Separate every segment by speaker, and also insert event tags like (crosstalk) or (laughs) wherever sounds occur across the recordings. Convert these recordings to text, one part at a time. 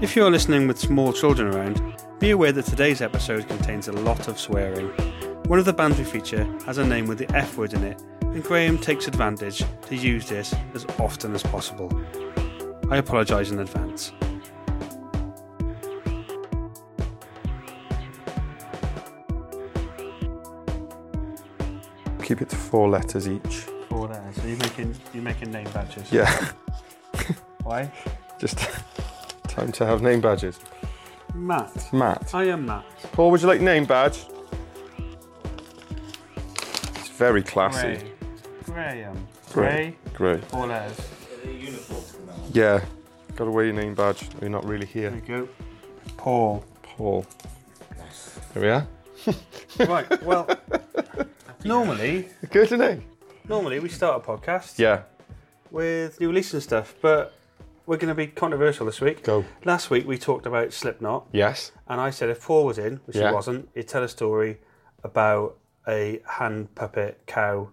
Speaker 1: If you're listening with small children around, be aware that today's episode contains a lot of swearing. One of the bands we feature has a name with the F word in it, and Graham takes advantage to use this as often as possible. I apologise in advance.
Speaker 2: Keep it to four letters each.
Speaker 1: Four there. So you're making you're making name badges.
Speaker 2: Yeah, (laughs)
Speaker 1: Why?
Speaker 2: just (laughs) time to have name badges.
Speaker 1: Matt.
Speaker 2: Matt.
Speaker 1: I am Matt.
Speaker 2: Paul, would you like name badge? It's very classy.
Speaker 1: Gray. Graham.
Speaker 2: Gray.
Speaker 1: Gray.
Speaker 2: Great.
Speaker 1: Four letters.
Speaker 2: Yeah. Got to wear your name badge. You're not really
Speaker 1: There
Speaker 2: here.
Speaker 1: we go. Paul.
Speaker 2: Paul. There we are.
Speaker 1: Right.
Speaker 2: (laughs)
Speaker 1: Well, normally,
Speaker 2: Good, isn't it?
Speaker 1: normally we start a podcast
Speaker 2: Yeah.
Speaker 1: with new releases and stuff, but we're going to be controversial this week.
Speaker 2: Go.
Speaker 1: Last week we talked about Slipknot,
Speaker 2: Yes.
Speaker 1: and I said if Paul was in, which
Speaker 2: Yeah.
Speaker 1: he wasn't, he'd tell a story about a hand puppet cow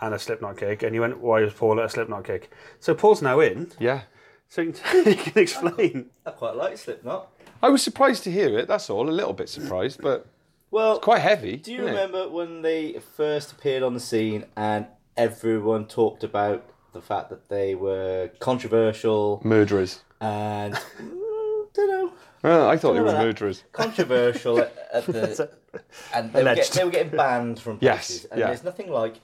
Speaker 1: and a Slipknot gig, and you went, "Why was Paul at a Slipknot gig?" So Paul's now in,
Speaker 2: Yeah.
Speaker 1: so you can, (laughs) you can explain.
Speaker 3: I quite like Slipknot.
Speaker 2: I was surprised to hear it. That's all. A little bit surprised, but
Speaker 3: Well,
Speaker 2: quite heavy.
Speaker 3: do you
Speaker 2: isn't it?
Speaker 3: remember when they first appeared on the scene and everyone talked about the fact that they were controversial
Speaker 2: Murderers.
Speaker 3: and mm, don't know
Speaker 2: Oh, I thought they were
Speaker 3: Remember that?
Speaker 2: murderers.
Speaker 3: controversial at,
Speaker 2: (laughs)
Speaker 3: at the and they were,
Speaker 1: Alleged.
Speaker 3: get, they were getting banned from
Speaker 2: Yes,
Speaker 3: places and
Speaker 2: yeah.
Speaker 3: there's nothing like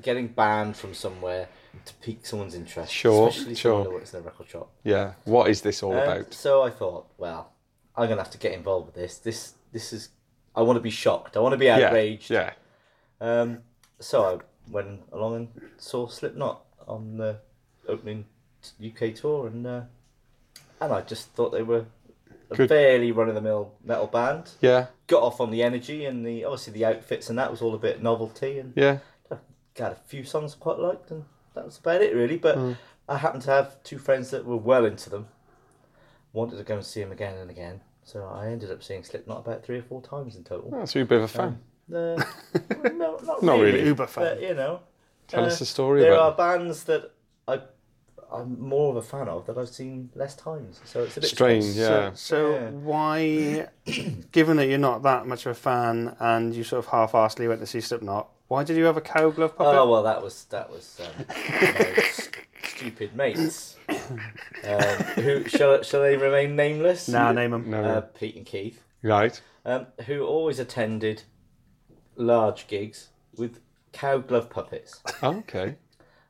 Speaker 3: getting banned from somewhere to pique someone's interest
Speaker 2: Sure,
Speaker 3: especially
Speaker 2: sure.
Speaker 3: someone that works in a record shop
Speaker 2: Yeah. What is this all
Speaker 3: Um,
Speaker 2: about?
Speaker 3: So I thought, well, I'm gonna have to get involved with this. This this is I want to be shocked. I want to be
Speaker 2: Yeah.
Speaker 3: outraged.
Speaker 2: Yeah.
Speaker 3: Um, so I went along and saw Slipknot on the opening t- UK tour, and uh, and I just thought they were a
Speaker 2: Good.
Speaker 3: fairly run of the mill metal band.
Speaker 2: Yeah.
Speaker 3: Got off on the energy and the obviously the outfits and that was all a bit novelty, and
Speaker 2: Yeah.
Speaker 3: got a few songs I quite liked, and that was about it really. But
Speaker 2: Mm.
Speaker 3: I happened to have two friends that were well into them, wanted to go and see them again and again. So I ended up seeing Slipknot about three or four times in total.
Speaker 2: Oh, so you're a bit of a fan. (laughs)
Speaker 3: Uh, no,
Speaker 2: Not
Speaker 3: not,
Speaker 2: really.
Speaker 3: really.
Speaker 1: Uber fan.
Speaker 3: But you know,
Speaker 2: Tell
Speaker 3: uh,
Speaker 2: us the story
Speaker 3: There
Speaker 2: about
Speaker 3: are bands that I I'm more of a fan of that I've seen less times, so it's a bit
Speaker 2: Strange, yeah.
Speaker 1: So
Speaker 3: Yeah.
Speaker 1: why, given that you're not that much of a fan and you sort of half-heartedly went to see Slipknot, why did you have a cow glove puppet?
Speaker 3: Oh well, that was that was
Speaker 2: (laughs)
Speaker 3: um, my st- stupid mates. um, who shall I- shall they remain nameless?
Speaker 1: nah, name 'em.
Speaker 2: No.
Speaker 3: uh, Pete and Keith,
Speaker 2: right.
Speaker 3: um, who always attended large gigs with cow glove puppets,
Speaker 2: Oh, okay.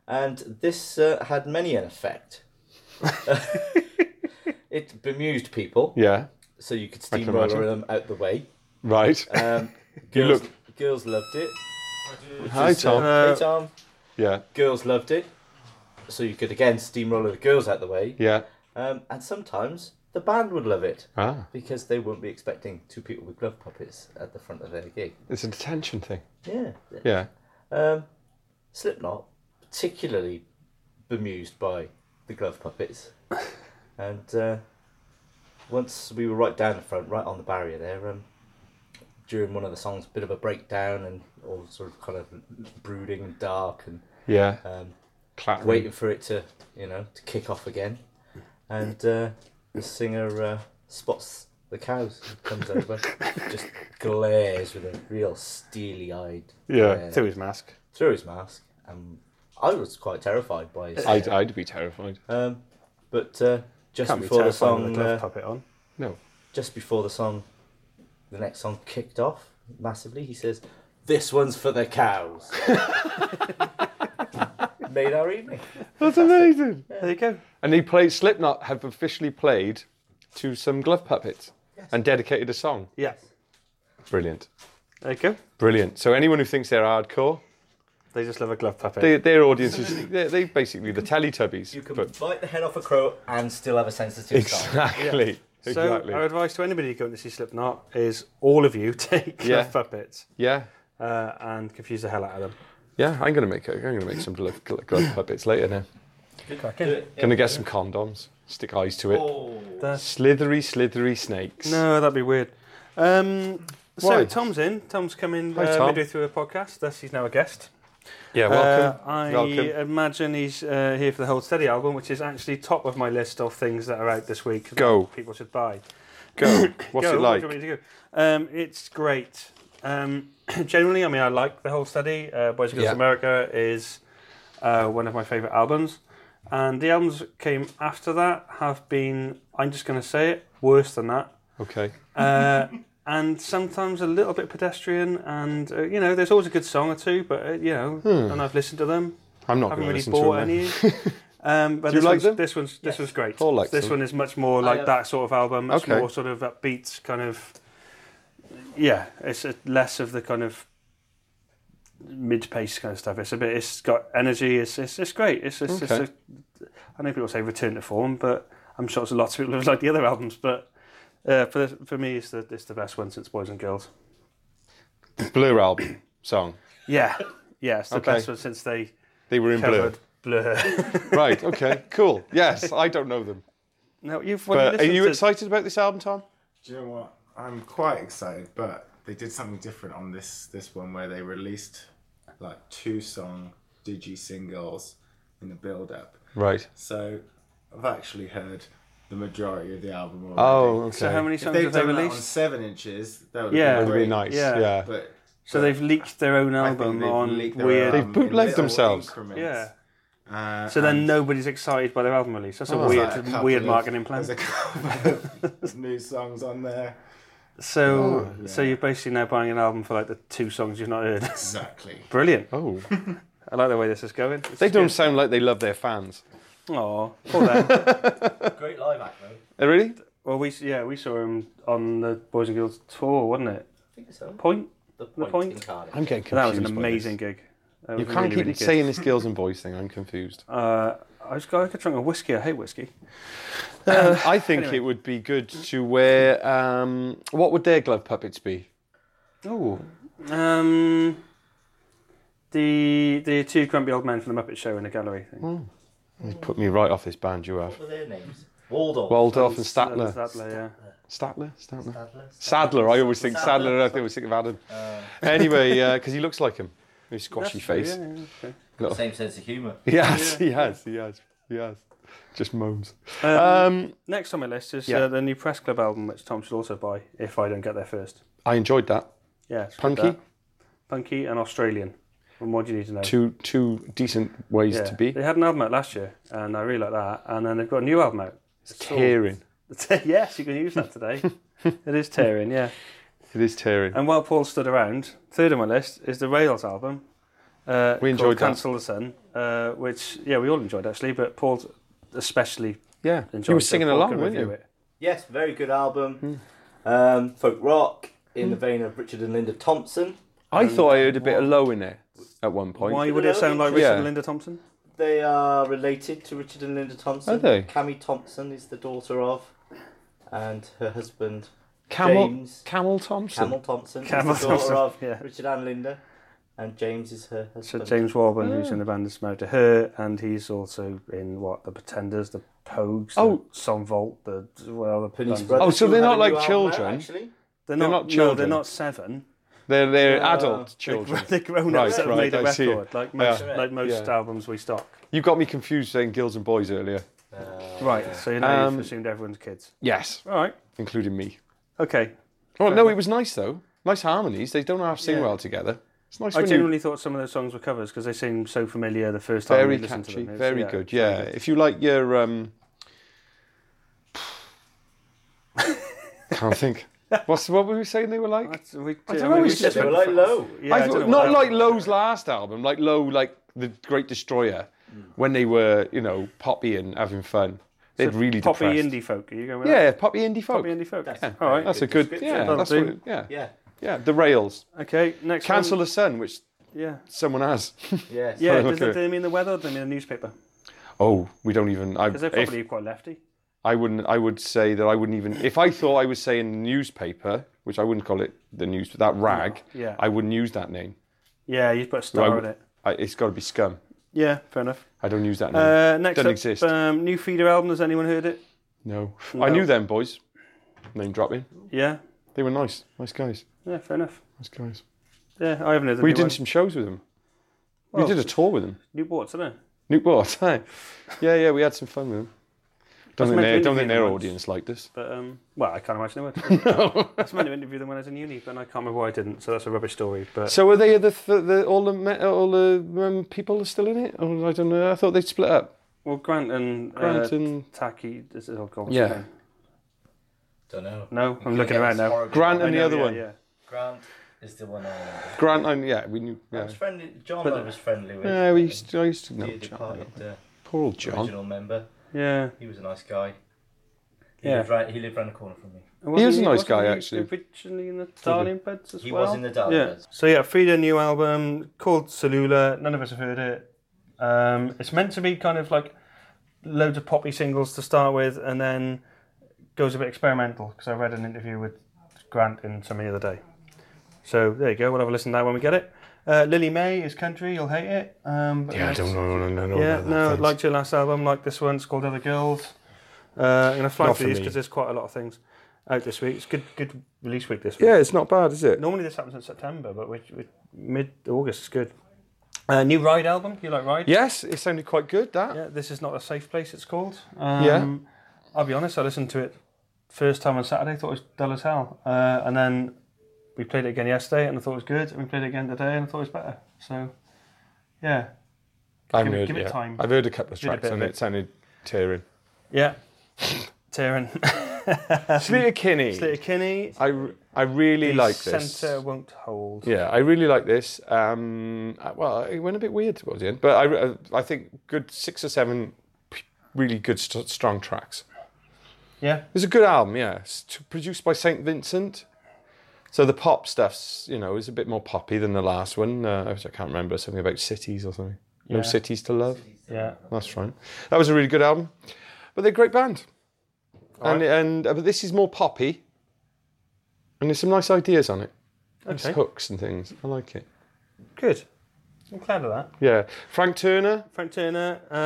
Speaker 3: and this uh, had many an
Speaker 2: (laughs)
Speaker 3: effect. (laughs) it bemused people,
Speaker 2: Yeah.
Speaker 3: so you could
Speaker 2: can
Speaker 3: steamroller
Speaker 2: imagine.
Speaker 3: them out the way. (laughs)
Speaker 2: Right.
Speaker 3: Um,
Speaker 2: (laughs)
Speaker 3: girls,
Speaker 2: look-
Speaker 3: girls loved it. which
Speaker 2: Hi,
Speaker 3: is,
Speaker 2: Tom.
Speaker 3: Uh,
Speaker 1: Uh,
Speaker 3: hey Tom.
Speaker 2: Yeah.
Speaker 3: Girls loved it, so you could again steamroller the girls out the way.
Speaker 2: Yeah.
Speaker 3: Um, and sometimes the band would love it
Speaker 2: Ah,
Speaker 3: because they wouldn't be expecting two people with glove puppets at the front of their gig.
Speaker 2: it's an attention thing.
Speaker 3: Yeah.
Speaker 2: Yeah.
Speaker 3: Um, Slipknot, particularly bemused by the glove puppets. and uh, once we were right down the front, right on the barrier there, um, during one of the songs, bit of a breakdown and all sort of kind of brooding and dark and
Speaker 2: Yeah.
Speaker 3: um,
Speaker 2: Clap.
Speaker 3: waiting for it to, you know, to kick off again. And uh, the singer uh, spots the cows, comes over, just glares with a real steely eyed
Speaker 2: Yeah.
Speaker 1: Through his mask.
Speaker 3: through his mask, and I was quite terrified by his.
Speaker 2: I'd, I'd be
Speaker 3: (laughs)
Speaker 2: terrified.
Speaker 3: um, but uh, just
Speaker 1: Can't be
Speaker 3: before the
Speaker 1: terrifying with a
Speaker 3: song,
Speaker 1: glove
Speaker 3: uh,
Speaker 1: puppet on.
Speaker 2: No.
Speaker 3: just before the song, the next song kicked off massively. He says, "This one's for the cows." (laughs) Made our evening.
Speaker 2: That's amazing.
Speaker 1: There you go.
Speaker 2: And he played Slipknot have officially played to some glove puppets and dedicated a song.
Speaker 1: Yeah.
Speaker 2: Brilliant.
Speaker 1: There you go.
Speaker 2: Brilliant. So anyone who thinks they're hardcore,
Speaker 1: They just love a glove puppet.
Speaker 2: they, their audience is they're, they basically the Teletubbies.
Speaker 3: You can (laughs)
Speaker 2: but
Speaker 3: bite the head off a crow and still have a
Speaker 2: (laughs)
Speaker 3: sensitive side.
Speaker 2: exactly.
Speaker 1: so
Speaker 2: Exactly.
Speaker 3: uh,
Speaker 1: our advice to anybody going to see Slipknot is all of you (laughs) take
Speaker 2: Yeah.
Speaker 1: glove puppets
Speaker 2: yeah.
Speaker 1: uh, and confuse the hell out of them.
Speaker 2: Yeah. I'm gonna make a, I'm gonna make some glove, glove puppets later now.
Speaker 3: Do it. Oh,
Speaker 2: Gonna get some condoms. Stick eyes to it.
Speaker 1: Oh. That's-
Speaker 2: Slithery, slithery snakes.
Speaker 1: no, that'd be weird. Um, so
Speaker 2: Why?
Speaker 1: Tom's in. Tom's come in
Speaker 2: Hi,
Speaker 1: uh,
Speaker 2: Tom.
Speaker 1: midway through a podcast. Thus, he's now a guest.
Speaker 2: Yeah,
Speaker 1: Uh,
Speaker 2: welcome.
Speaker 1: I
Speaker 2: welcome.
Speaker 1: imagine he's uh, here for the Hold Steady album, which is actually top of my list of things that are out this week. that
Speaker 2: Go.
Speaker 1: People should buy.
Speaker 2: Go.
Speaker 1: (coughs)
Speaker 2: What's
Speaker 1: Uh, Go, what
Speaker 2: it like?
Speaker 1: do you want me to do? Um, it's great. Um, (clears throat) generally, I mean, I like the whole study. Uh, Boys Against
Speaker 2: Yeah.
Speaker 1: America is uh, one of my favourite albums. And the albums that came after that have been, I'm just going to say it, worse than
Speaker 2: (laughs)
Speaker 1: that.
Speaker 2: Okay.
Speaker 1: Uh, and sometimes a little bit pedestrian. And, uh, you know, there's always a good song or two, but, uh, you know,
Speaker 2: Hmm.
Speaker 1: and I've listened to them.
Speaker 2: I'm not
Speaker 1: I haven't
Speaker 2: going to
Speaker 1: really bought
Speaker 2: listen to him.
Speaker 1: any. Um, but
Speaker 2: Do you
Speaker 1: this
Speaker 2: like
Speaker 1: one's,
Speaker 2: them?
Speaker 1: This one's this
Speaker 3: Yes.
Speaker 1: one's great.
Speaker 2: Paul likes
Speaker 1: this
Speaker 2: them.
Speaker 1: one is much more like
Speaker 3: uh,
Speaker 1: that sort of album. Much
Speaker 2: Okay.
Speaker 1: more sort of upbeat kind of. Yeah, it's a, less of the kind of mid-paced kind of stuff. It's a bit. It's got energy. It's it's, it's great. It's it's, it's
Speaker 2: Okay.
Speaker 1: a, I know people say return to form, but I'm sure there's lots of people who (laughs) like the other albums. But uh, for the, for me, it's the it's the best one since Boys and Girls.
Speaker 2: (laughs) Blur album song.
Speaker 1: Yeah, yeah, it's the
Speaker 2: Okay.
Speaker 1: best one since they
Speaker 2: They were in Blur.
Speaker 1: covered Blur.
Speaker 2: (laughs)
Speaker 1: (laughs)
Speaker 2: right. Okay. Cool. Yes, I don't know them.
Speaker 1: no, you've
Speaker 2: But are
Speaker 1: listened
Speaker 2: you
Speaker 1: to-
Speaker 2: excited about this album, Tom?
Speaker 4: Do you know what? I'm quite excited, but they did something different on this this one where they released like two song digi singles in the build up.
Speaker 2: Right.
Speaker 4: So I've actually heard the majority of the album already.
Speaker 2: Oh, okay.
Speaker 1: So how many
Speaker 4: if
Speaker 1: songs
Speaker 4: they've
Speaker 1: have they
Speaker 4: done that on
Speaker 1: released?
Speaker 4: seven inches, that would
Speaker 1: Yeah.
Speaker 4: yeah,
Speaker 2: That
Speaker 4: be
Speaker 2: would be
Speaker 4: great.
Speaker 2: nice.
Speaker 1: Yeah.
Speaker 2: Yeah.
Speaker 4: But
Speaker 1: So they've leaked their own
Speaker 4: I think
Speaker 1: album
Speaker 4: they've
Speaker 1: on
Speaker 4: leaked their
Speaker 1: weird.
Speaker 4: album
Speaker 2: They've
Speaker 4: in
Speaker 2: bootlegged
Speaker 4: little
Speaker 2: themselves.
Speaker 4: increments.
Speaker 1: Yeah.
Speaker 4: Uh,
Speaker 1: So then
Speaker 4: and
Speaker 1: nobody's excited by their album release. That's a
Speaker 4: there's
Speaker 1: weird,
Speaker 4: Oh, like a couple
Speaker 1: weird
Speaker 4: of-
Speaker 1: marketing plan.
Speaker 4: There's a couple
Speaker 1: (laughs)
Speaker 4: of new songs on there.
Speaker 1: So,
Speaker 4: Oh,
Speaker 1: so
Speaker 4: yeah.
Speaker 1: you're basically now buying an album for like the two songs you've not heard. (laughs)
Speaker 4: Exactly.
Speaker 1: Brilliant. (laughs)
Speaker 2: Oh,
Speaker 1: I like the way this is going.
Speaker 2: they don't sound like they love their fans.
Speaker 1: Oh, poor them.
Speaker 3: Great live act though. I
Speaker 2: Uh, Really?
Speaker 1: (laughs) well, we yeah we saw him on the Boys and Girls tour, wasn't it?
Speaker 3: think so.
Speaker 1: Point.
Speaker 3: The point,
Speaker 1: point.
Speaker 3: in Cardiff.
Speaker 2: I'm getting confused.
Speaker 1: That was an
Speaker 2: by
Speaker 1: amazing gig. That
Speaker 2: this. You
Speaker 1: was
Speaker 2: can't
Speaker 1: really,
Speaker 2: keep
Speaker 1: really good.
Speaker 2: saying this girls and boys thing. I'm confused.
Speaker 1: Uh, I just got like a drink of whiskey. I hate whiskey. Uh,
Speaker 2: I think it would be good to wear. Um, what would their glove puppets be?
Speaker 1: Oh. Um, the the two grumpy old men from the Muppet Show in the gallery thing.
Speaker 2: You put me right off this band you have.
Speaker 3: What were their names? Waldorf.
Speaker 2: Waldorf and
Speaker 1: That was
Speaker 2: Statler.
Speaker 1: Statler, yeah.
Speaker 2: Statler? Statler?
Speaker 3: Sadler.
Speaker 2: Sadler. I always think Sadler. I always think of Adam.
Speaker 3: Uh,
Speaker 2: Anyway, because he looks like him. His squashy
Speaker 1: That's-
Speaker 2: face.
Speaker 1: yeah, yeah, okay.
Speaker 3: Same sense of humour.
Speaker 2: Yes, he has. He has. He has. Just moans.
Speaker 1: Um,
Speaker 2: Um,
Speaker 1: next on my list is
Speaker 2: yeah.
Speaker 1: uh, the new Press Club album, which Tom should also buy if I don't get there first.
Speaker 2: I enjoyed that.
Speaker 1: Yeah, it's
Speaker 2: Punky.
Speaker 1: that. punky, and Australian. And what do you need to know?
Speaker 2: Two two decent ways
Speaker 1: Yeah.
Speaker 2: to be.
Speaker 1: They had an album out last year, and I really like that. And then they've got a new album out. It's called-
Speaker 2: Tearing.
Speaker 1: (laughs) yes, you can use that today.
Speaker 2: (laughs)
Speaker 1: it is tearing, yeah.
Speaker 2: It is tearing.
Speaker 1: And while Paul stood around, third on my list is the Rails album. Uh,
Speaker 2: We
Speaker 1: called
Speaker 2: enjoyed that.
Speaker 1: Cancel the Sun, uh, which yeah, we all enjoyed actually, but Paul especially
Speaker 2: yeah,
Speaker 1: enjoyed.
Speaker 2: you were
Speaker 1: so
Speaker 2: singing
Speaker 1: Paul
Speaker 2: along,
Speaker 1: can
Speaker 2: weren't
Speaker 1: review
Speaker 2: you?
Speaker 1: It.
Speaker 3: Yes, very good album.
Speaker 2: Hmm.
Speaker 3: Um, folk rock in the vein of Richard and Linda Thompson.
Speaker 1: Um,
Speaker 2: I thought I heard a bit of low in there at one point.
Speaker 1: Why
Speaker 3: Did
Speaker 1: would
Speaker 3: they
Speaker 1: it sound like
Speaker 3: know?
Speaker 1: Richard
Speaker 2: Yeah.
Speaker 1: and Linda Thompson?
Speaker 3: They are related to Richard and Linda Thompson.
Speaker 2: Are they?
Speaker 3: Cammy Thompson is the daughter of, and her husband
Speaker 2: Camel
Speaker 3: James.
Speaker 2: Camel Thompson.
Speaker 3: Camel Thompson
Speaker 1: Camel
Speaker 3: is the
Speaker 1: Thompson,
Speaker 3: daughter of
Speaker 1: yeah.
Speaker 3: Richard and Linda, and James is her
Speaker 1: So
Speaker 3: husband.
Speaker 1: James Warburton, who's
Speaker 2: Oh.
Speaker 1: in the band, is married to her, and he's also in what the Pretenders, the Pogues,
Speaker 2: Oh.
Speaker 1: the Somvolt, the well, the
Speaker 3: Penny's
Speaker 1: bands-
Speaker 3: brothers
Speaker 2: Oh, so
Speaker 3: who
Speaker 2: they're
Speaker 3: had
Speaker 2: not
Speaker 3: a new
Speaker 2: like
Speaker 3: album out,
Speaker 2: children.
Speaker 3: actually.
Speaker 1: They're
Speaker 2: Oh, They're
Speaker 1: not,
Speaker 2: not
Speaker 1: No, they're
Speaker 2: children.
Speaker 1: not seven.
Speaker 2: They're they're
Speaker 3: Uh,
Speaker 2: (laughs) adult children.
Speaker 1: They're grown
Speaker 2: Right,
Speaker 1: ups that have
Speaker 2: right,
Speaker 1: made a
Speaker 2: I see.
Speaker 1: record, like most,
Speaker 3: Yeah.
Speaker 1: like most
Speaker 2: Yeah.
Speaker 1: albums we stock.
Speaker 2: You got me confused saying girls and boys earlier.
Speaker 3: Uh,
Speaker 1: Right, so you know
Speaker 2: Um,
Speaker 1: you've assumed everyone's kids.
Speaker 2: Yes,
Speaker 1: All right,
Speaker 2: including me.
Speaker 1: okay.
Speaker 2: Oh no, it was nice though. Nice harmonies. They don't half sing
Speaker 1: Yeah.
Speaker 2: well together. It's nice
Speaker 1: I
Speaker 2: when you
Speaker 1: genuinely thought some of those songs were covers because they seem so familiar the first time
Speaker 2: very
Speaker 1: we listened to
Speaker 2: catchy,
Speaker 1: them. It's-
Speaker 2: very good.
Speaker 1: it's
Speaker 2: Yeah, if you like your um, (laughs) can't think. What's what were we saying they were like?
Speaker 1: That's- we,
Speaker 2: I don't
Speaker 1: we-
Speaker 2: know,
Speaker 1: we
Speaker 2: it's just-
Speaker 3: They were like low.
Speaker 1: Yeah, I
Speaker 2: I
Speaker 1: don't
Speaker 2: thought,
Speaker 1: know what
Speaker 2: not
Speaker 1: that
Speaker 2: like
Speaker 1: was.
Speaker 2: Lowe's last album, like Lowe, like the Great Destroyer, when they were, you know, poppy and having fun. They'd really
Speaker 1: poppy
Speaker 2: depressed.
Speaker 1: indie folk. Are you going with that?
Speaker 2: yeah, poppy indie folk.
Speaker 1: poppy indie folk.
Speaker 3: That's
Speaker 1: All right,
Speaker 2: that's a
Speaker 3: Good
Speaker 2: good,
Speaker 3: description.
Speaker 2: yeah,
Speaker 1: That'll
Speaker 2: that's
Speaker 1: do.
Speaker 2: what, yeah,
Speaker 3: Yeah.
Speaker 2: yeah. The Rails,
Speaker 1: Okay, next
Speaker 2: cancel
Speaker 1: one.
Speaker 2: the sun, which
Speaker 1: Yeah,
Speaker 2: someone has.
Speaker 1: (laughs)
Speaker 3: Yes.
Speaker 1: yeah.
Speaker 2: Okay.
Speaker 1: Does it, do they mean the weather? or Do they mean the newspaper?
Speaker 2: oh, we don't even. I,
Speaker 1: Because they're
Speaker 2: if-
Speaker 1: probably quite lefty.
Speaker 2: I wouldn't. I would say that I wouldn't even. If I thought I was saying the newspaper, which I wouldn't call it the news, that rag,
Speaker 1: Yeah.
Speaker 2: I wouldn't use that name.
Speaker 1: Yeah, you put a
Speaker 2: I
Speaker 1: star
Speaker 2: would-
Speaker 1: on it.
Speaker 2: I, it's got to be scum.
Speaker 1: Yeah, fair enough.
Speaker 2: I Mm. don't use that name.
Speaker 1: Uh, next
Speaker 2: Doesn't
Speaker 1: up,
Speaker 2: exist.
Speaker 1: Um, new feeder album. Has anyone heard it?
Speaker 2: no. I knew them boys. Name dropping.
Speaker 1: Yeah,
Speaker 2: They were nice, nice guys,
Speaker 1: yeah, fair enough.
Speaker 2: nice guys.
Speaker 1: Yeah, I haven't heard the
Speaker 2: We
Speaker 1: new
Speaker 2: did
Speaker 1: one.
Speaker 2: some shows with them. we did a tour with them.
Speaker 1: Newport, isn't it?
Speaker 2: Nuke (laughs) Bort. aye. yeah, yeah, we had some fun with them. Don't think,
Speaker 1: meant to
Speaker 2: they, don't
Speaker 1: interview
Speaker 2: think their
Speaker 1: them once.
Speaker 2: audience liked us.
Speaker 1: But um, well, I can't imagine they would.
Speaker 2: (laughs)
Speaker 1: I was meant to interview them when I was in uni, but I can't remember why I didn't. So that's a rubbish story. But
Speaker 2: So are they the, th- the all the me- all the um, people are still in it? Or I don't know. I thought they split up.
Speaker 1: well, Grant and
Speaker 2: Grant
Speaker 1: uh,
Speaker 2: and-
Speaker 1: Taki. This is oh, all gone.
Speaker 2: Yeah.
Speaker 3: Don't know.
Speaker 1: No, I'm looking around now.
Speaker 2: Grant
Speaker 1: I
Speaker 2: and the
Speaker 1: know,
Speaker 2: other
Speaker 1: yeah,
Speaker 2: one.
Speaker 1: Yeah.
Speaker 3: Grant is the one I remember.
Speaker 2: Grant and yeah, we knew.
Speaker 3: I
Speaker 2: Yeah,
Speaker 3: was friendly. John I was friendly with.
Speaker 2: yeah we used to, I used to know
Speaker 3: the
Speaker 2: John.
Speaker 3: departed uh,
Speaker 2: Poor old John.
Speaker 3: original member.
Speaker 1: Yeah.
Speaker 3: He was a nice guy. He
Speaker 1: Yeah.
Speaker 3: lived right. He lived round the corner from me.
Speaker 2: He was a nice
Speaker 1: wasn't
Speaker 2: guy,
Speaker 1: he
Speaker 2: actually.
Speaker 1: Originally in the Darling Beds as
Speaker 3: He
Speaker 1: well.
Speaker 3: was in the Darling
Speaker 1: yeah.
Speaker 3: Beds.
Speaker 1: So yeah, Frida new album called Cellular. None of us have heard it. Um, it's meant to be kind of like loads of poppy singles to start with, and then goes a bit experimental. Because I read an interview with Grant in something the other day. So there you go. We'll have a listen to that when we get it. Uh, Lily May is country. You'll hate it. Um, but that's-
Speaker 2: know. No, no,
Speaker 1: Yeah, no, liked your last album, like this one. It's called Other Girls. Uh, I'm gonna fly
Speaker 2: Not
Speaker 1: through
Speaker 2: for
Speaker 1: these
Speaker 2: me.
Speaker 1: because there's quite a lot of things out this week. It's good, good release week this week.
Speaker 2: yeah, it's not bad, is it?
Speaker 1: Normally this happens in September, but we're, we're mid-August. It's good. Uh, new Ride album. You like Ride?
Speaker 2: Yes, it sounded quite good. That.
Speaker 1: Yeah, This is not a safe place. It's called. Um,
Speaker 2: Yeah.
Speaker 1: I'll be honest. I listened to it first time on Saturday. Thought it was dull as hell, uh, and then we played it again yesterday, and I thought it was good. And we played it again today, and I thought it was better. So, yeah,
Speaker 2: I've
Speaker 1: Give it-
Speaker 2: heard.
Speaker 1: give it
Speaker 2: yeah.
Speaker 1: time.
Speaker 2: I've heard a couple of
Speaker 1: Give it a
Speaker 2: tracks
Speaker 1: bit
Speaker 2: and
Speaker 1: of
Speaker 2: it sounded tearing.
Speaker 1: yeah.
Speaker 2: (laughs)
Speaker 1: Taryn,
Speaker 2: Slater Kinney.
Speaker 1: Slater Kinney,
Speaker 2: I, r- I really
Speaker 1: The
Speaker 2: like this.
Speaker 1: centre won't hold.
Speaker 2: Yeah, I really like this. Um, uh, well, it went a bit weird towards the end, but I, uh, I think good six or seven p- really good st- strong tracks.
Speaker 1: Yeah,
Speaker 2: It's a good album, yeah. It's t- produced by Saint Vincent, so the pop stuff's you know is a bit more poppy than the last one. Uh, which I can't remember something about cities or something.
Speaker 1: Yeah.
Speaker 2: No cities to love.
Speaker 1: yeah.
Speaker 2: That's right. That was a really good album, but they're a great band, and and uh, but this is more poppy, and there's some nice ideas on it, Nice
Speaker 1: Okay.
Speaker 2: hooks and things. I like it.
Speaker 1: Good. I'm glad of that.
Speaker 2: Yeah, Frank Turner.
Speaker 1: Frank Turner. Um,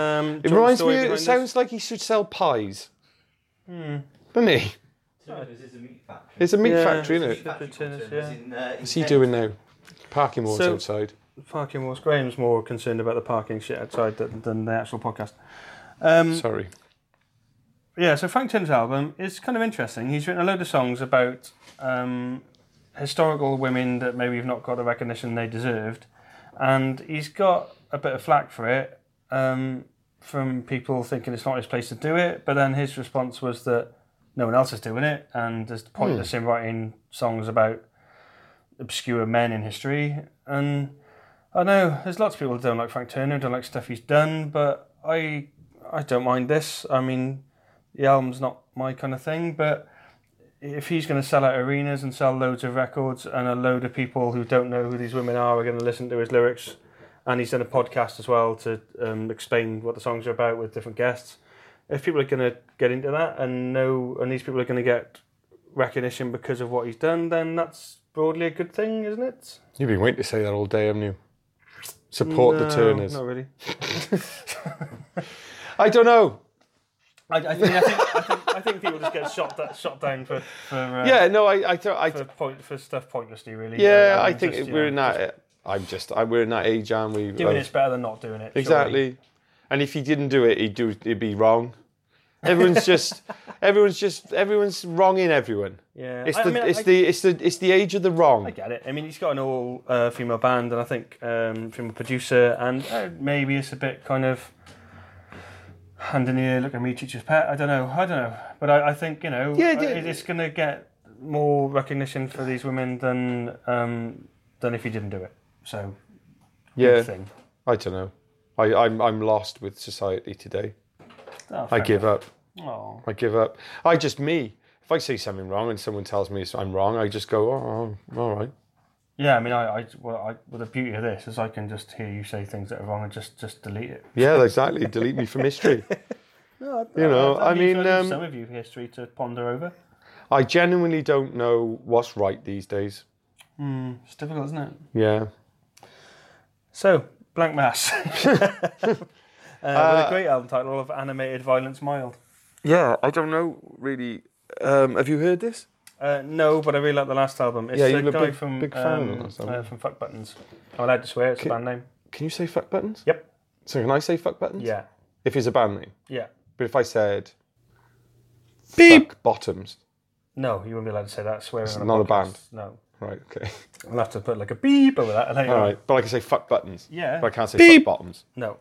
Speaker 2: It
Speaker 1: Jordan
Speaker 2: reminds
Speaker 1: Story
Speaker 2: me. It
Speaker 1: behind us. Hmm.
Speaker 2: sounds like he should sell pies. Doesn't he?
Speaker 3: Turners is a meat factory.
Speaker 2: It's a meat
Speaker 1: Yeah.
Speaker 2: factory, isn't
Speaker 3: Meat
Speaker 2: it?
Speaker 3: factory called
Speaker 1: Turners, yeah.
Speaker 3: Turners in, uh, in
Speaker 2: What's he
Speaker 3: Kent.
Speaker 2: doing now? Parking wards
Speaker 1: So-
Speaker 2: outside.
Speaker 1: Parking was Graham's more concerned about the parking shit outside than, than the actual podcast. Um,
Speaker 2: Sorry.
Speaker 1: yeah, so Frank Turner's album is kind of interesting. He's written a load of songs about um, historical women that maybe have not got the recognition they deserved, and he's got a bit of flack for it um, from people thinking it's not his place to do it. But then his response was that no one else is doing it, and there's pointless in writing songs about obscure men in history. And I know there's lots of people that don't like Frank Turner, don't like stuff he's done, but I I don't mind this. I mean the album's not my kind of thing, but if he's going to sell out arenas and sell loads of records, and a load of people who don't know who these women are are going to listen to his lyrics, and he's done a podcast as well to um, explain what the songs are about with different guests. If people are going to get into that and know, and these people are going to get recognition because of what he's done, then that's broadly a good thing, isn't it?
Speaker 2: You've been waiting to say that all day, haven't you? Support the
Speaker 1: No,
Speaker 2: Turners.
Speaker 1: Not really.
Speaker 2: I don't know.
Speaker 1: I, I, think, I, think, I, think, I think people just get shot that, shot down for for, uh,
Speaker 2: Yeah, no, I, I, th- I
Speaker 1: for point for stuff pointlessly. Really.
Speaker 2: yeah,
Speaker 1: Uh,
Speaker 2: I
Speaker 1: mean,
Speaker 2: think
Speaker 1: just, you
Speaker 2: we're
Speaker 1: know,
Speaker 2: in that. e, I'm just, I, we're in that age, aren't we?
Speaker 1: Doing
Speaker 2: Of-
Speaker 1: it's better than not doing it. surely.
Speaker 2: Exactly. And if he didn't do it, he'd do he'd be wrong.
Speaker 1: (laughs)
Speaker 2: Everyone's just everyone's just everyone's wronging everyone.
Speaker 1: Yeah.
Speaker 2: It's
Speaker 1: I- I
Speaker 2: the
Speaker 1: mean,
Speaker 2: it's
Speaker 1: I-
Speaker 2: the it's the it's the age of the wrong.
Speaker 1: I get it. I mean, he's got an all uh, female band, and I think um, female producer, and uh, maybe it's a bit kind of hand in the ear, look at me, teacher's pet. I don't know. I don't know. But I, I think, you know,
Speaker 2: Yeah,
Speaker 1: uh,
Speaker 2: yeah.
Speaker 1: it- it's going to get more recognition for these women than um, than if he didn't do it. So,
Speaker 2: yeah.
Speaker 1: good thing.
Speaker 2: I don't know. I, I'm I'm lost with society today.
Speaker 1: Oh,
Speaker 2: I
Speaker 1: fair
Speaker 2: give up.
Speaker 1: enough. Oh,
Speaker 2: I give up. I just me. If I say something wrong and someone tells me it's- I'm wrong, I just go, oh, oh, all right.
Speaker 1: yeah. I mean, I, I, well, I, well, the beauty of this is I can just hear you say things that are wrong and just, just delete it. (laughs)
Speaker 2: Yeah, exactly. Delete me from history. you know, I
Speaker 1: That leaves-
Speaker 2: mean,
Speaker 1: that leaves
Speaker 2: um,
Speaker 1: some of you history to ponder over.
Speaker 2: I genuinely don't know what's right these days.
Speaker 1: Hmm, It's difficult, isn't it?
Speaker 2: Yeah.
Speaker 1: So, Blank Mass. (laughs) uh,
Speaker 2: Uh,
Speaker 1: with a great album title of Animated Violence Mild.
Speaker 2: Yeah, I don't know really. Um, have you heard this?
Speaker 1: Uh, no, but I really like the last album. It's
Speaker 2: Yeah,
Speaker 1: the
Speaker 2: you're a
Speaker 1: guy
Speaker 2: big-
Speaker 1: from
Speaker 2: big fan of
Speaker 1: um,
Speaker 2: the last album.
Speaker 1: uh, from Fuck Buttons. I'm allowed to swear. It's a band name.
Speaker 2: Can you say fuck buttons?
Speaker 1: Yep.
Speaker 2: So can I say fuck buttons?
Speaker 1: Yeah.
Speaker 2: If it's a band name.
Speaker 1: Yeah.
Speaker 2: But if I said
Speaker 5: Beep.
Speaker 2: fuck bottoms,
Speaker 1: No, you wouldn't be allowed to say that. Swearing on
Speaker 2: not a
Speaker 1: podcast.
Speaker 2: band.
Speaker 1: No.
Speaker 2: right? Okay.
Speaker 1: We'll have to put like a beep over that. And then
Speaker 2: All right. But I can say fuck buttons.
Speaker 1: Yeah.
Speaker 2: But I can't say
Speaker 5: Beep.
Speaker 2: fuck bottoms.
Speaker 1: No.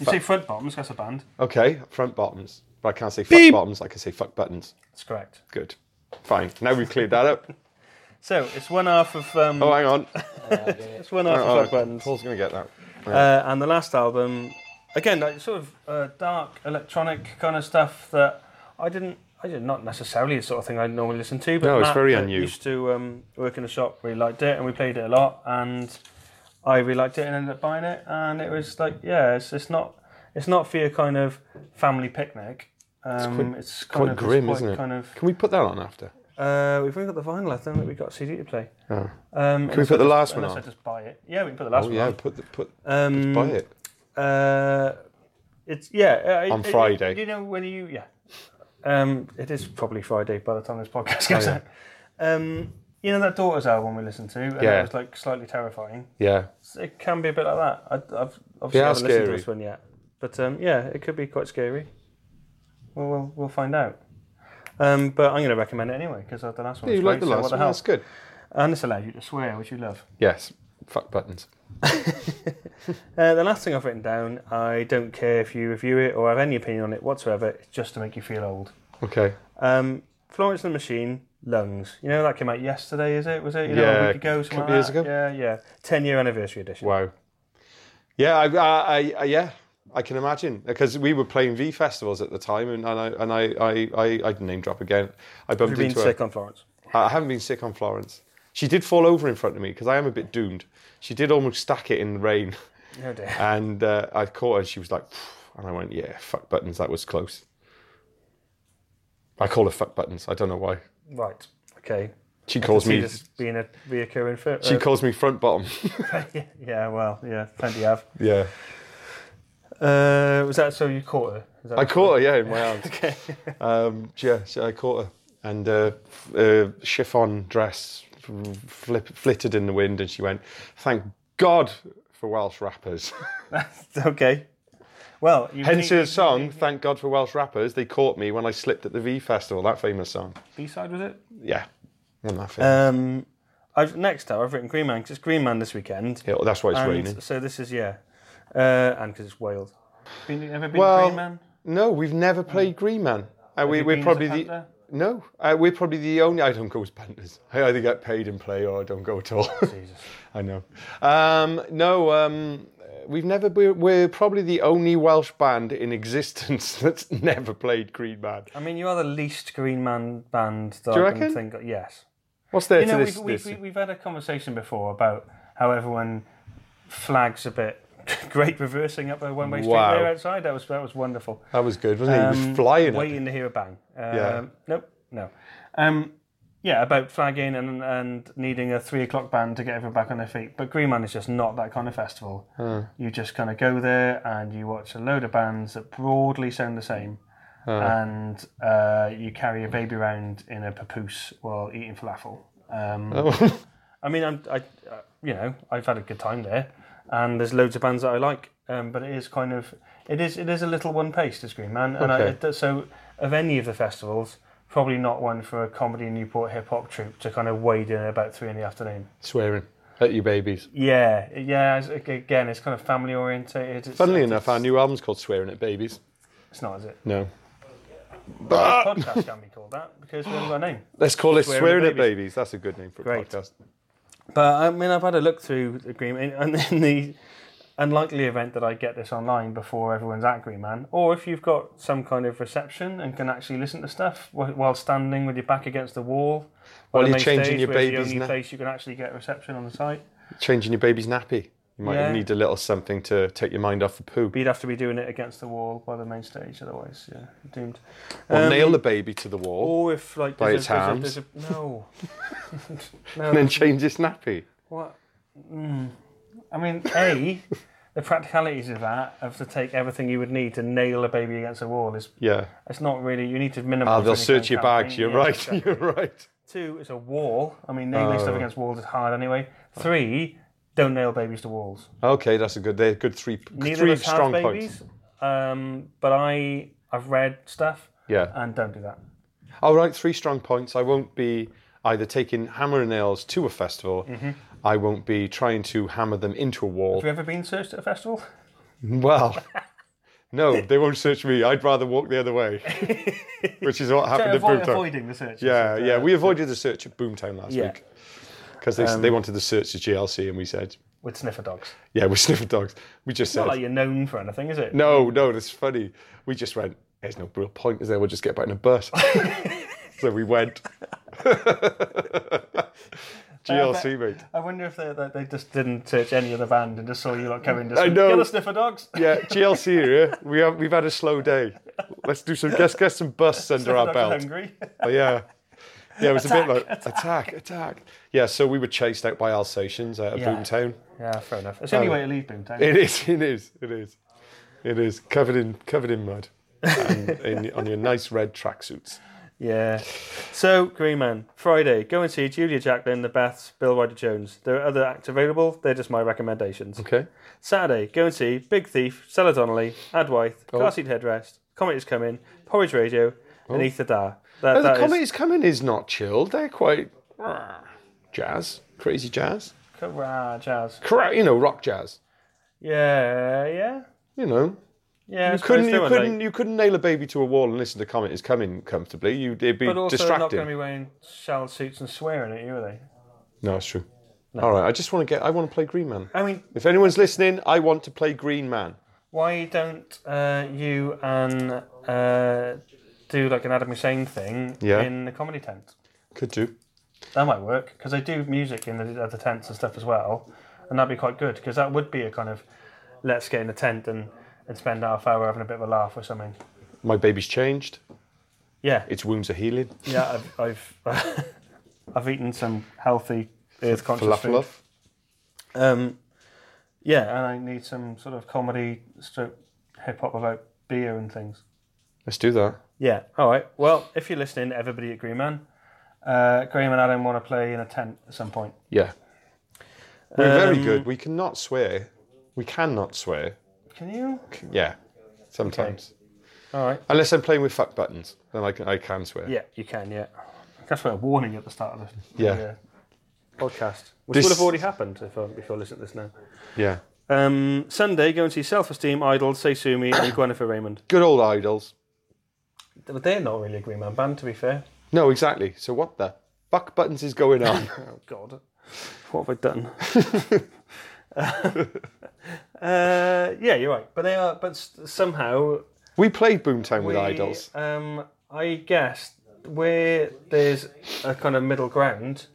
Speaker 5: You say front bottoms, that's a band.
Speaker 2: Okay. Front bottoms. But I can't say fuck
Speaker 5: Beep.
Speaker 2: bottoms. I can say fuck buttons.
Speaker 1: That's correct.
Speaker 2: Good. Fine. Now we've cleared
Speaker 1: (laughs)
Speaker 2: that up.
Speaker 1: So it's one half of um,
Speaker 2: Oh, hang on.
Speaker 1: it's one half
Speaker 2: Oh,
Speaker 1: of Fuck Buttons.
Speaker 2: Paul's going to get that.
Speaker 1: Uh, and the last album, again, like sort of uh, dark electronic kind of stuff that I didn't, I did not necessarily the sort of thing I normally listen to. But
Speaker 2: No, it's
Speaker 1: Matt,
Speaker 2: very
Speaker 1: that
Speaker 2: unused.
Speaker 1: Used to um, work in a shop, really liked it, and we played it a lot, and I really liked it and ended up buying it, and it was like, yeah, it's, it's not, it's not for your kind of family picnic. Um, it's, kind
Speaker 2: Quite
Speaker 1: of it's
Speaker 2: grim,
Speaker 1: quite
Speaker 2: isn't it?
Speaker 1: Kind of.
Speaker 2: Can we put that on after?
Speaker 1: Uh, we've only got the vinyl left, haven't we? We've got a CD to play.
Speaker 2: Oh.
Speaker 1: Um,
Speaker 2: Can we put the last one
Speaker 1: unless I
Speaker 2: on?
Speaker 1: just buy it. Yeah, we can put the last
Speaker 2: Oh,
Speaker 1: one
Speaker 2: yeah.
Speaker 1: on.
Speaker 2: Put the, put,
Speaker 5: Mm.
Speaker 1: Um,
Speaker 2: buy it.
Speaker 1: Uh, it's yeah. Uh,
Speaker 2: On
Speaker 1: it- it-
Speaker 2: Friday.
Speaker 1: you know when you yeah. Um, it is probably Friday by the time this podcast goes
Speaker 2: Oh, yeah.
Speaker 1: out. Um, you know that Daughters album we listened to, and
Speaker 2: Yeah.
Speaker 1: it was like slightly terrifying.
Speaker 2: Yeah.
Speaker 1: So It can be a bit like that. I, I've obviously
Speaker 2: They are
Speaker 1: haven't listened to
Speaker 2: scary.
Speaker 1: this one yet, but um, yeah, it could be quite scary. Well, we'll we'll find out. Um, but I'm going to recommend it anyway because the last one.
Speaker 2: You
Speaker 1: was great,
Speaker 2: like the
Speaker 1: so
Speaker 2: last
Speaker 1: what
Speaker 2: one?
Speaker 1: hell?
Speaker 2: That's good.
Speaker 1: And this allows you to swear, which you love.
Speaker 2: Yes. Fuck buttons.
Speaker 1: Uh, the last thing I've written down, I don't care if you review it or have any opinion on it whatsoever, it's just to make you feel old.
Speaker 2: Okay.
Speaker 1: Um, Florence and the Machine, Lungs. You know, that came out yesterday, is it? Was it? You know,
Speaker 2: Yeah,
Speaker 1: a week ago, something
Speaker 2: couple
Speaker 1: like
Speaker 2: years
Speaker 1: that?
Speaker 2: ago.
Speaker 1: Yeah, yeah. 10 year anniversary edition.
Speaker 2: Wow. Yeah, I, I, I, I yeah, I can imagine because we were playing V festivals at the time, and, and I and I I I, I name drop again. I bumped
Speaker 1: Have you been
Speaker 2: into
Speaker 1: sick
Speaker 2: her.
Speaker 1: on Florence?
Speaker 2: I I haven't been sick on Florence. She did fall over in front of me because I am a bit doomed. She did almost stack it in the rain, (laughs)
Speaker 1: Oh dear.
Speaker 2: and uh, I caught her. and She was like, "Phew," and I went, "Yeah, fuck buttons. That was close." I call her fuck buttons. I don't know why.
Speaker 1: Right. Okay.
Speaker 2: She calls
Speaker 1: See
Speaker 2: me.
Speaker 1: this being a reoccurring fit.
Speaker 2: She calls me front bottom.
Speaker 1: yeah, well, (laughs) yeah, plenty have.
Speaker 2: yeah,
Speaker 1: Uh, was that so you caught her? Is that (laughs)
Speaker 2: I caught her. Yeah, in my arms. Um, yeah, so I caught her, and uh, f- uh, chiffon dress f- flip, flitted in the wind, and she went, "Thank God for Welsh rappers."
Speaker 1: okay. Well, you
Speaker 2: Hence her song, "Thank God for Welsh rappers." They caught me when I slipped at the V Festival. That famous song.
Speaker 1: B side, was it?
Speaker 2: Yeah, and that famous.
Speaker 1: Um, I've, next up, I've written Green Man because it's Green Man this weekend.
Speaker 2: Yeah, well, that's why it's
Speaker 1: and
Speaker 2: raining.
Speaker 1: So this is yeah, uh, and because it's Wales. Been, ever been
Speaker 2: Well,
Speaker 1: Green Man?
Speaker 2: No, we've never played Green Man. Uh, we,
Speaker 1: you been
Speaker 2: we're
Speaker 1: as a
Speaker 2: probably the
Speaker 1: punter?
Speaker 2: no. Uh, we're probably the only. I don't go as punters. I either get paid and play, or I don't go at all. (laughs)
Speaker 1: Jesus.
Speaker 2: I know. Um, no, um, we've never. We're, we're probably the only Welsh band in existence (laughs) that's never played Green Man.
Speaker 1: I mean, you are the least Green Man band that
Speaker 2: Do you
Speaker 1: I can
Speaker 2: reckon?
Speaker 1: think. of. Yes.
Speaker 2: What's (laughs) there
Speaker 1: You know,
Speaker 2: to this?
Speaker 1: we've, we've,
Speaker 2: this?
Speaker 1: we- we've had a conversation before about how everyone flags a bit. (laughs) Great reversing up a one-way street
Speaker 2: Wow.
Speaker 1: there outside. That was that was wonderful.
Speaker 2: that was good, wasn't it? He
Speaker 1: Um,
Speaker 2: was flying. up.
Speaker 1: Waiting to hear a bang. Um,
Speaker 2: Yeah.
Speaker 1: Nope. No. Um, yeah, about flagging and and needing a three o'clock band to get everyone back on their feet. But Green Man is just not that kind of festival. You just kind of go there and you watch a load of bands that broadly sound the same. And uh, you carry a baby around in a papoose while eating falafel. Um, I mean, I'm, I, uh, you know, I've had a good time there, and there's loads of bands that I like. Um, but it is kind of, it is, it is a little one paced as Green Man, and I,
Speaker 2: Okay.
Speaker 1: it, does- so of any of the festivals, probably not one for a comedy Newport hip hop troupe to kind of wade in at about three in the afternoon.
Speaker 2: Swearing at you babies.
Speaker 1: Yeah, yeah. it's- Again, it's kind of family orientated. It's,
Speaker 2: Funnily
Speaker 1: it's,
Speaker 2: enough, our new album's called "Swearing at Babies."
Speaker 1: it's not, is it?
Speaker 2: No,
Speaker 1: Podcast can be called that because we haven't got a name.
Speaker 2: let's call it
Speaker 1: Swearing
Speaker 2: "Swearing,
Speaker 1: at
Speaker 2: at
Speaker 1: Babies.
Speaker 2: Babies." That's a good name for a
Speaker 1: Great.
Speaker 2: podcast.
Speaker 1: But I mean, I've had a look through the Green Man, and in the unlikely event that I get this online before everyone's at Green Man, or if you've got some kind of reception and can actually listen to stuff wh- while standing with your back against the wall, while
Speaker 2: While
Speaker 1: the
Speaker 2: you're
Speaker 1: main
Speaker 2: changing
Speaker 1: stage,
Speaker 2: your
Speaker 1: where it's
Speaker 2: baby's
Speaker 1: the only
Speaker 2: na-
Speaker 1: place you can actually get reception on the site.
Speaker 2: Changing your baby's nappy. You might
Speaker 1: Yeah.
Speaker 2: need a little something to take your mind off the poo.
Speaker 1: But you'd have to be doing it against the wall by the main stage, otherwise, yeah, you're doomed.
Speaker 2: Or
Speaker 1: Um,
Speaker 2: nail the baby to the wall
Speaker 1: Or Oh, if like
Speaker 2: Oh, By
Speaker 1: there's
Speaker 2: its
Speaker 1: a, there's a-
Speaker 2: arms.
Speaker 1: there's a-
Speaker 2: (laughs)
Speaker 1: no, no,
Speaker 2: and then change its nappy.
Speaker 1: What? Mm. I mean, A, the practicalities of that, of to take everything you would need to nail a baby against a wall, is
Speaker 2: Yeah.
Speaker 1: it's not really, you need to minimise.
Speaker 2: Ah, they'll
Speaker 1: any
Speaker 2: search your
Speaker 1: kind of
Speaker 2: bags.
Speaker 1: campaign.
Speaker 2: You're
Speaker 1: Yeah,
Speaker 2: right. (laughs)
Speaker 1: exactly.
Speaker 2: You're right.
Speaker 1: Two, it's a wall. I mean, nailing stuff
Speaker 2: Oh.
Speaker 1: against walls is hard anyway. Three, Don't nail babies to walls.
Speaker 2: Okay, that's a good. They're good three,
Speaker 1: Neither
Speaker 2: three
Speaker 1: of us have
Speaker 2: strong points.
Speaker 1: babies, um, but I I've read stuff
Speaker 2: Yeah.
Speaker 1: and don't do that.
Speaker 2: All right, three strong points. I won't be either taking hammer and nails to a festival.
Speaker 1: Mm-hmm.
Speaker 2: I won't be trying to hammer them into a wall.
Speaker 1: Have you ever been searched at a festival? (laughs)
Speaker 2: Well, no, they won't search me. I'd rather walk the
Speaker 1: (laughs)
Speaker 2: other way, which is what happened
Speaker 1: Avoid-
Speaker 2: at Boomtown.
Speaker 1: avoiding the search.
Speaker 2: Yeah, yeah, we avoided the search at Boomtown last
Speaker 1: Yeah. Um,
Speaker 2: week because they, they wanted to search the GLC, and we said,
Speaker 1: With sniffer dogs.
Speaker 2: "Yeah, (laughs) we're sniffer dogs." We just said,
Speaker 1: Not like you're known for anything, is it? (laughs)
Speaker 2: No, no, that's funny. We just went, there's no real point, is there? We'll just get back in a
Speaker 1: (laughs)
Speaker 2: bus. so we went. GLC, mate.
Speaker 1: I wonder if they, they, they just didn't search any other band and just saw you lot coming. Just
Speaker 2: I
Speaker 1: went,
Speaker 2: know.
Speaker 1: Get the sniffer dogs. (laughs)
Speaker 2: Yeah, GLC here. We have, we've had a slow day. Let's do some, let's get some busts under
Speaker 1: Sniffer
Speaker 2: our
Speaker 1: dogs are
Speaker 2: belt.
Speaker 1: hungry. (laughs)
Speaker 2: Oh, yeah. Yeah, it was a bit like attack, attack. Yeah, so we were chased out by Alsatians out of
Speaker 1: Yeah.
Speaker 2: Boomtown.
Speaker 1: yeah, fair enough. It's the only way to leave Boomtown.
Speaker 2: It is, (laughs) it is, it is, it is covered in covered in mud, and in, on your nice red tracksuits.
Speaker 1: Yeah. So, Green Man, Friday, go and see Julia Jacklin, The Beths, Bill Ryder Jones. There are other acts available, they're just my recommendations.
Speaker 2: Okay.
Speaker 1: Saturday, go and see Big Thief, Stella Donnelly, Adwythe, Car Seat Headrest, Comet Is Coming, Porridge Radio, and Ether Dar. That,
Speaker 2: Oh, the
Speaker 1: that is-
Speaker 2: comedies coming is not chilled. They're quite jazz, crazy jazz,
Speaker 1: Hurrah, jazz.
Speaker 2: Cra- you know, rock jazz.
Speaker 1: Yeah, yeah.
Speaker 2: You know,
Speaker 1: Yeah, I
Speaker 2: you
Speaker 1: suppose
Speaker 2: couldn't,
Speaker 1: they
Speaker 2: you
Speaker 1: were
Speaker 2: couldn't,
Speaker 1: late.
Speaker 2: you couldn't nail a baby to a wall and listen to "Comet Is Coming" comfortably. You'd it'd be
Speaker 1: But also, they're not
Speaker 2: distracting.
Speaker 1: going to be wearing shell suits and swearing at you, are they?
Speaker 2: No, it's true. All right, I just want to get. I want to play Green Man.
Speaker 1: I mean,
Speaker 2: If anyone's listening, I want to play Green Man.
Speaker 1: why don't uh, you and uh, do like an Adam Hussein thing
Speaker 2: Yeah.
Speaker 1: in the comedy tent?
Speaker 2: Could do.
Speaker 1: That might work because they do music in the other tents and stuff as well, and that'd be quite good because that would be a kind of let's get in a tent and, and spend half hour having a bit of a laugh or something.
Speaker 2: My baby's changed.
Speaker 1: Yeah,
Speaker 2: Its wounds are healing.
Speaker 1: yeah. I've I've, (laughs) I've eaten some healthy earth conscious food.
Speaker 2: Falafel.
Speaker 1: Um, yeah, and I need some sort of comedy stroke hip hop about beer and things.
Speaker 2: Let's do that.
Speaker 1: Yeah. All right. Well, if you're listening, everybody at Green Man, uh, Graham and Adam want to play in a tent at some point.
Speaker 2: Yeah. We're very
Speaker 1: Um,
Speaker 2: good. We cannot swear. We cannot swear.
Speaker 1: Can you?
Speaker 2: Yeah. Sometimes.
Speaker 1: All right.
Speaker 2: Unless I'm playing with fuck buttons, then I can, I can swear.
Speaker 1: Yeah, you can. Yeah, that's what a warning at the start of the
Speaker 2: Yeah.
Speaker 1: the, uh, podcast, which
Speaker 2: This-
Speaker 1: would have already happened if I, if you're listening to this now.
Speaker 2: Yeah.
Speaker 1: Um, Sunday, go and see Self Esteem, Idol, Seisumi, and (coughs) Gwennifer Raymond.
Speaker 2: Good old idols.
Speaker 1: But they're not really a Green Man band, to be fair.
Speaker 2: No, exactly. So what the fuck buttons is going
Speaker 1: (laughs)
Speaker 2: on?
Speaker 1: Oh God, what have I done? (laughs) uh, yeah, you're right. But they are. But s- somehow
Speaker 2: we played Boomtown with
Speaker 1: we,
Speaker 2: idols.
Speaker 1: Um, I guess where there's a kind of middle ground,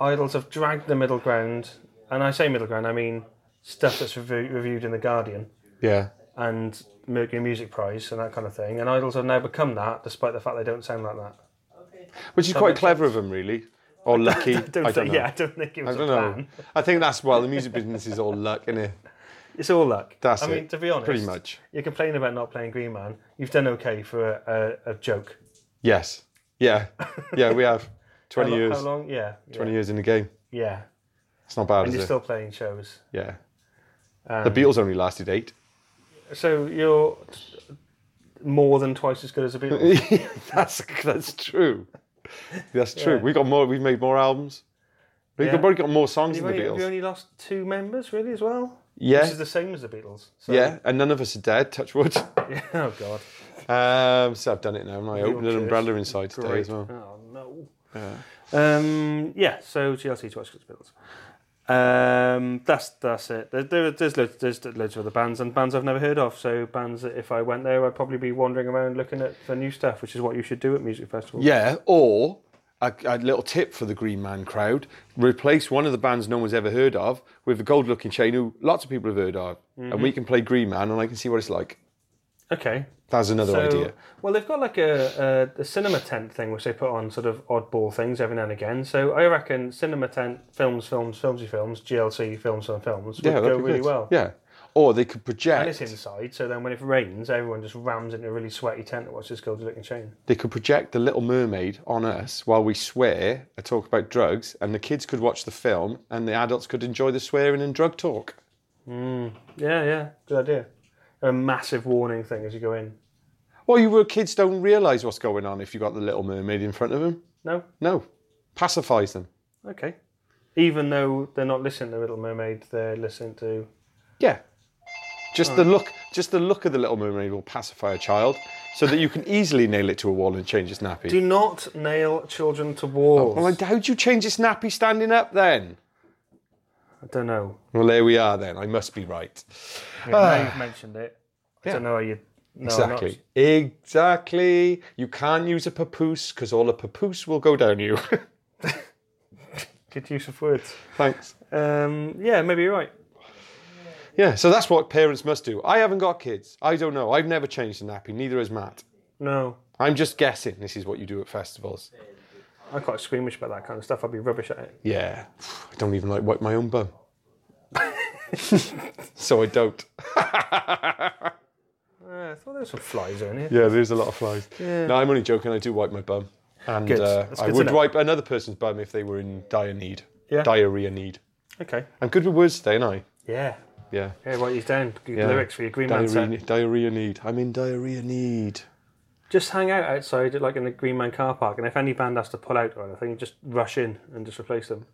Speaker 1: idols have dragged the middle ground, and I say middle ground, I mean stuff that's revu- reviewed in the Guardian
Speaker 2: Yeah.
Speaker 1: and Mercury Music Prize and that kind of thing. And idols have now become that, despite the fact they don't sound like that.
Speaker 2: Which is quite clever of them, really.
Speaker 1: (laughs)
Speaker 2: Or lucky. I don't,
Speaker 1: think,
Speaker 2: know.
Speaker 1: Yeah, I don't think it was
Speaker 2: I don't
Speaker 1: a plan.
Speaker 2: know. I think that's why
Speaker 1: (laughs)
Speaker 2: the music business is all luck, is it?
Speaker 1: It's all luck.
Speaker 2: That's
Speaker 1: I mean,
Speaker 2: it,
Speaker 1: to be honest,
Speaker 2: pretty much.
Speaker 1: You're complaining about not playing Green Man. You've done okay for a, a, a joke.
Speaker 2: Yes. Yeah. Yeah, we have.
Speaker 1: (laughs) how,
Speaker 2: 20
Speaker 1: lo-
Speaker 2: years.
Speaker 1: How long? Yeah.
Speaker 2: 20 years in the game.
Speaker 1: Yeah. yeah.
Speaker 2: It's not bad,
Speaker 1: And
Speaker 2: is
Speaker 1: you're
Speaker 2: it?
Speaker 1: still playing shows.
Speaker 2: yeah.
Speaker 1: Um,
Speaker 2: The Beatles only lasted eight.
Speaker 1: So you're more than twice as good as a Beatles.
Speaker 2: (laughs) that's that's true. That's true.
Speaker 1: Yeah.
Speaker 2: We got more. We've made more albums. We've
Speaker 1: Yeah.
Speaker 2: probably got more songs
Speaker 1: You've
Speaker 2: than the
Speaker 1: only,
Speaker 2: Beatles.
Speaker 1: you only lost two members, really, as well. Which
Speaker 2: yeah,
Speaker 1: is the same as the Beatles. So,
Speaker 2: yeah, and none of us are dead. Touch wood.
Speaker 1: (laughs)
Speaker 2: (laughs)
Speaker 1: oh God.
Speaker 2: Um, so I've done it now. and I opened an
Speaker 1: cheers.
Speaker 2: umbrella inside today as well.
Speaker 1: Oh no. Yeah. Um, yeah. So GLC twice as good as Beatles. Um, that's that's it. There, there, there's loads, there's loads of other bands and bands I've never heard of. So bands that if I went there, I'd probably be wandering around looking at for new stuff, which is what you should do at music festivals.
Speaker 2: Yeah, or a, a little tip for the Green Man crowd: replace one of the bands no one's ever heard of with a gold-looking chain who lots of people have heard of, and
Speaker 1: Mm-hmm.
Speaker 2: we can play Green Man, and I can see what it's like.
Speaker 1: Okay.
Speaker 2: That's another
Speaker 1: So,
Speaker 2: idea.
Speaker 1: Well, they've got like a, a, a cinema tent thing which they put on sort of oddball things every now and again. So I reckon cinema tent, films, films, filmsy films, GLC, films, and films would
Speaker 2: Yeah, that'd
Speaker 1: go
Speaker 2: be
Speaker 1: really
Speaker 2: good.
Speaker 1: well.
Speaker 2: Yeah. Or they could
Speaker 1: And it's
Speaker 2: project.
Speaker 1: inside, so then when it rains, everyone just rams into a really sweaty tent to watch this golden looking chain.
Speaker 2: They could project the Little Mermaid on us while we swear and talk about drugs, and the kids could watch the film, and the adults could enjoy the swearing and drug talk.
Speaker 1: Yeah, yeah, good idea. A massive warning thing as you go in.
Speaker 2: Well, you kids don't realise what's going on if you got the Little Mermaid in front of them.
Speaker 1: No?
Speaker 2: No, pacifies them.
Speaker 1: Okay. Even though they're not listening to Little Mermaid, they're listening to.
Speaker 2: Yeah. Just the look, just the look of the Little Mermaid will pacify a child, so that you can easily nail it to a wall and change its nappy.
Speaker 1: Do not nail children to walls.
Speaker 2: well, and how'd you change its nappy standing up then?
Speaker 1: I don't know.
Speaker 2: Well, there we are then. I must be right.
Speaker 1: Yeah, now you've mentioned it. I don't know how you. No,
Speaker 2: exactly. Exactly. You can't use a papoose because all a papoose will go down you. (laughs)
Speaker 1: Not. Good use of words.
Speaker 2: Thanks.
Speaker 1: Um, yeah, maybe you're right.
Speaker 2: Yeah. So that's what parents must do. I haven't got kids. I don't know. I've never changed a nappy. Neither has Matt.
Speaker 1: No.
Speaker 2: I'm just guessing. This is what you do at festivals.
Speaker 1: I'm quite squeamish about that kind of stuff. I'd be rubbish at it.
Speaker 2: Yeah. (sighs) I don't even like wipe my own (laughs) bum. so I don't.
Speaker 1: Uh, I thought there were some flies in here.
Speaker 2: Yeah, there's a lot of flies. No, I'm only joking. I do wipe my bum. And
Speaker 1: Good.
Speaker 2: uh,
Speaker 1: That's
Speaker 2: I
Speaker 1: good to
Speaker 2: would
Speaker 1: know.
Speaker 2: wipe another person's bum if they were in dire need.
Speaker 1: Yeah.
Speaker 2: Diarrhea need.
Speaker 1: Okay.
Speaker 2: I'm good with words today, aren't I?
Speaker 1: Yeah.
Speaker 2: Yeah.
Speaker 1: Yeah, write these down. Good
Speaker 2: Yeah.
Speaker 1: lyrics for your Green Man
Speaker 2: Diarrhea,
Speaker 1: set.
Speaker 2: diarrhea need. I'm in diarrhea need.
Speaker 1: Just hang out outside, like in the Green Man car park, and if any band has to pull out or anything, just rush in and just replace them.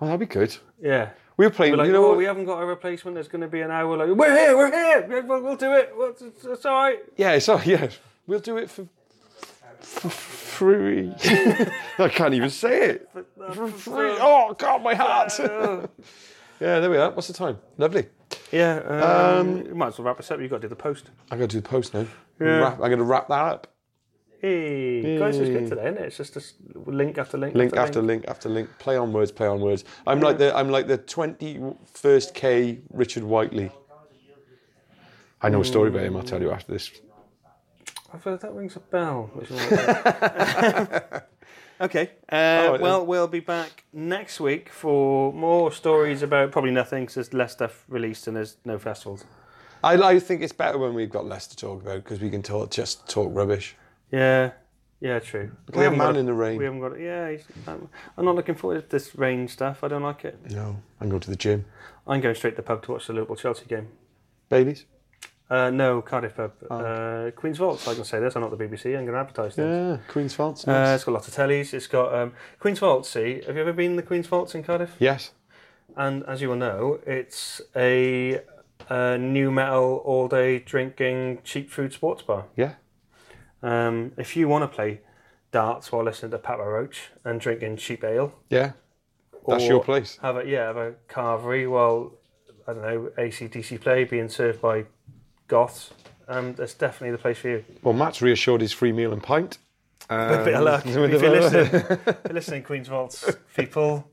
Speaker 2: Oh, that'd be good.
Speaker 1: Yeah.
Speaker 2: We were playing.
Speaker 1: We're like,
Speaker 2: you know
Speaker 1: oh,
Speaker 2: what?
Speaker 1: we haven't got a replacement. There's going to be an hour. Like, we're here, we're here. We'll- We'll, we'll do it. We'll, it's, it's all
Speaker 2: (laughs)
Speaker 1: right.
Speaker 2: Yeah. So yeah, we'll do it for for free. (laughs) I can't even say it. For free. Oh God, my heart. (laughs) yeah, there we are. What's the time? Lovely.
Speaker 1: Uh, Yeah. Um, you might as well wrap this up. You've got to do the post.
Speaker 2: I'm gonna do the post now. Wrap- I'm gonna wrap that up.
Speaker 1: Hey, guys, it's
Speaker 2: Hey.
Speaker 1: good today, isn't it? It's just a s- link after link.
Speaker 2: Link after link after link. Play on words. Play on words. I'm like the I'm like the 21st K Richard Whiteley. I know a story about him. I'll tell you after this.
Speaker 1: I've heard that rings a (laughs) bell. Which is what- (laughs) okay. Uh,
Speaker 2: All right,
Speaker 1: well, we'll be back next week for more stories about probably nothing because there's less stuff released and there's no festivals.
Speaker 2: I, I think it's better when we've got less to talk about because we can talk just talk rubbish.
Speaker 1: Yeah. Yeah, true.
Speaker 2: We have
Speaker 1: haven't
Speaker 2: man
Speaker 1: got a-
Speaker 2: in the rain.
Speaker 1: We haven't got it. Yeah, he's, I'm, I'm not looking forward to this rain stuff. I don't like it.
Speaker 2: No, I'm going to the gym.
Speaker 1: I'm going straight to the pub to watch the Liverpool Chelsea game.
Speaker 2: Babies.
Speaker 1: Uh, no, Cardiff pub. Uh, Queen's Vault. I can say this. I'm not the BBC. I'm going to advertise this.
Speaker 2: Yeah, Queen's Faults.
Speaker 1: Uh,
Speaker 2: Nice.
Speaker 1: it's got lots of tellies. It's got um, Queen's Vault. See, have you ever been in the Queen's Vaults in Cardiff?
Speaker 2: yes.
Speaker 1: And as you will know, it's a, uh new metal all day drinking cheap food sports bar.
Speaker 2: Yeah.
Speaker 1: Um, if you want to play darts while listening to Papa Roach and drinking cheap ale,
Speaker 2: Yeah. That's
Speaker 1: or
Speaker 2: your place.
Speaker 1: Have a yeah, have a carvery while I don't know ACDC play being served by goths. Um, that's definitely the place for you.
Speaker 2: Well, Matt's reassured his free meal and pint. Um,
Speaker 1: a bit of luck. If
Speaker 2: (laughs) with
Speaker 1: you're
Speaker 2: the- (laughs)
Speaker 1: listening, if (laughs) you're listening, Queen's Vaults people.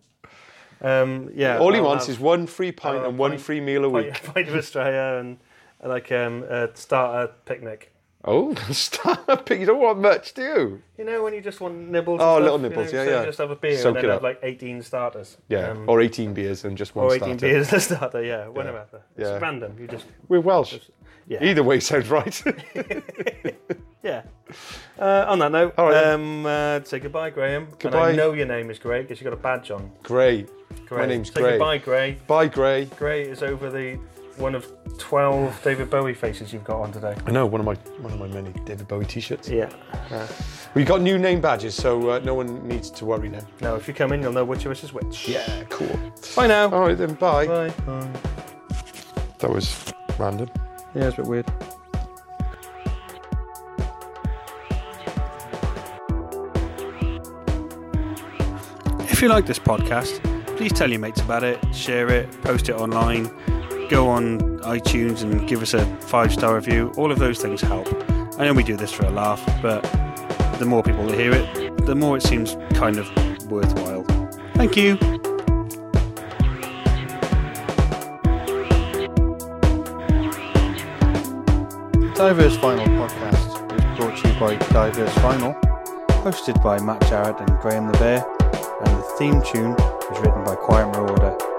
Speaker 1: Um, yeah.
Speaker 2: All he
Speaker 1: I'll
Speaker 2: wants
Speaker 1: have
Speaker 2: is one free pint
Speaker 1: I'll
Speaker 2: and one
Speaker 1: pint-
Speaker 2: free meal a
Speaker 1: a (laughs)
Speaker 2: week.
Speaker 1: pint- pint of Australia and, and like um, a starter picnic.
Speaker 2: Oh, (laughs) stop! You don't want much, do you?
Speaker 1: You know when you just want nibbles. and
Speaker 2: Oh,
Speaker 1: stuff,
Speaker 2: little
Speaker 1: you
Speaker 2: nibbles,
Speaker 1: know,
Speaker 2: yeah,
Speaker 1: so you
Speaker 2: yeah.
Speaker 1: Just have a beer
Speaker 2: Soak
Speaker 1: and
Speaker 2: it
Speaker 1: then
Speaker 2: up.
Speaker 1: have like 18 starters.
Speaker 2: Yeah.
Speaker 1: Um,
Speaker 2: or 18 beers and just one
Speaker 1: or 18
Speaker 2: starter.
Speaker 1: beers as a starter. Yeah. Whenever.
Speaker 2: Yeah.
Speaker 1: It's random. You just
Speaker 2: We're Welsh.
Speaker 1: yeah.
Speaker 2: Either way sounds right. (laughs)
Speaker 1: Yeah. Uh, on that note,
Speaker 2: All right then.
Speaker 1: um, uh, say goodbye, Graham. And
Speaker 2: Goodbye.
Speaker 1: I know your name is Gray because you got a badge on.
Speaker 2: Gray.
Speaker 1: Gray.
Speaker 2: My name's
Speaker 1: say
Speaker 2: Gray.
Speaker 1: goodbye, Gray.
Speaker 2: Bye, Gray.
Speaker 1: Gray is over the one of twelve David Bowie faces you've got on today.
Speaker 2: I know one of my one of my many David Bowie T-shirts.
Speaker 1: Yeah.
Speaker 2: We got new name badges, so uh, no one needs to worry now.
Speaker 1: Now, if you come in, you'll know which of us is which.
Speaker 2: Yeah, cool.
Speaker 1: Bye now.
Speaker 2: All right then. Bye.
Speaker 1: Bye. Bye.
Speaker 2: That was random.
Speaker 1: Yeah, it's a bit weird.
Speaker 5: If you like this podcast, please tell your mates about it, share it, post it online, go on iTunes and give us a five star review. All of those things help. I know we do this for a laugh, but the more people that hear it, the more it seems kind of worthwhile. Thank you.
Speaker 6: Diverse Vinyl Podcast is brought to you by Diverse Vinyl, hosted by Matt Jarrett and Graham the Bear, and the theme tune was written by Quiet Marauder.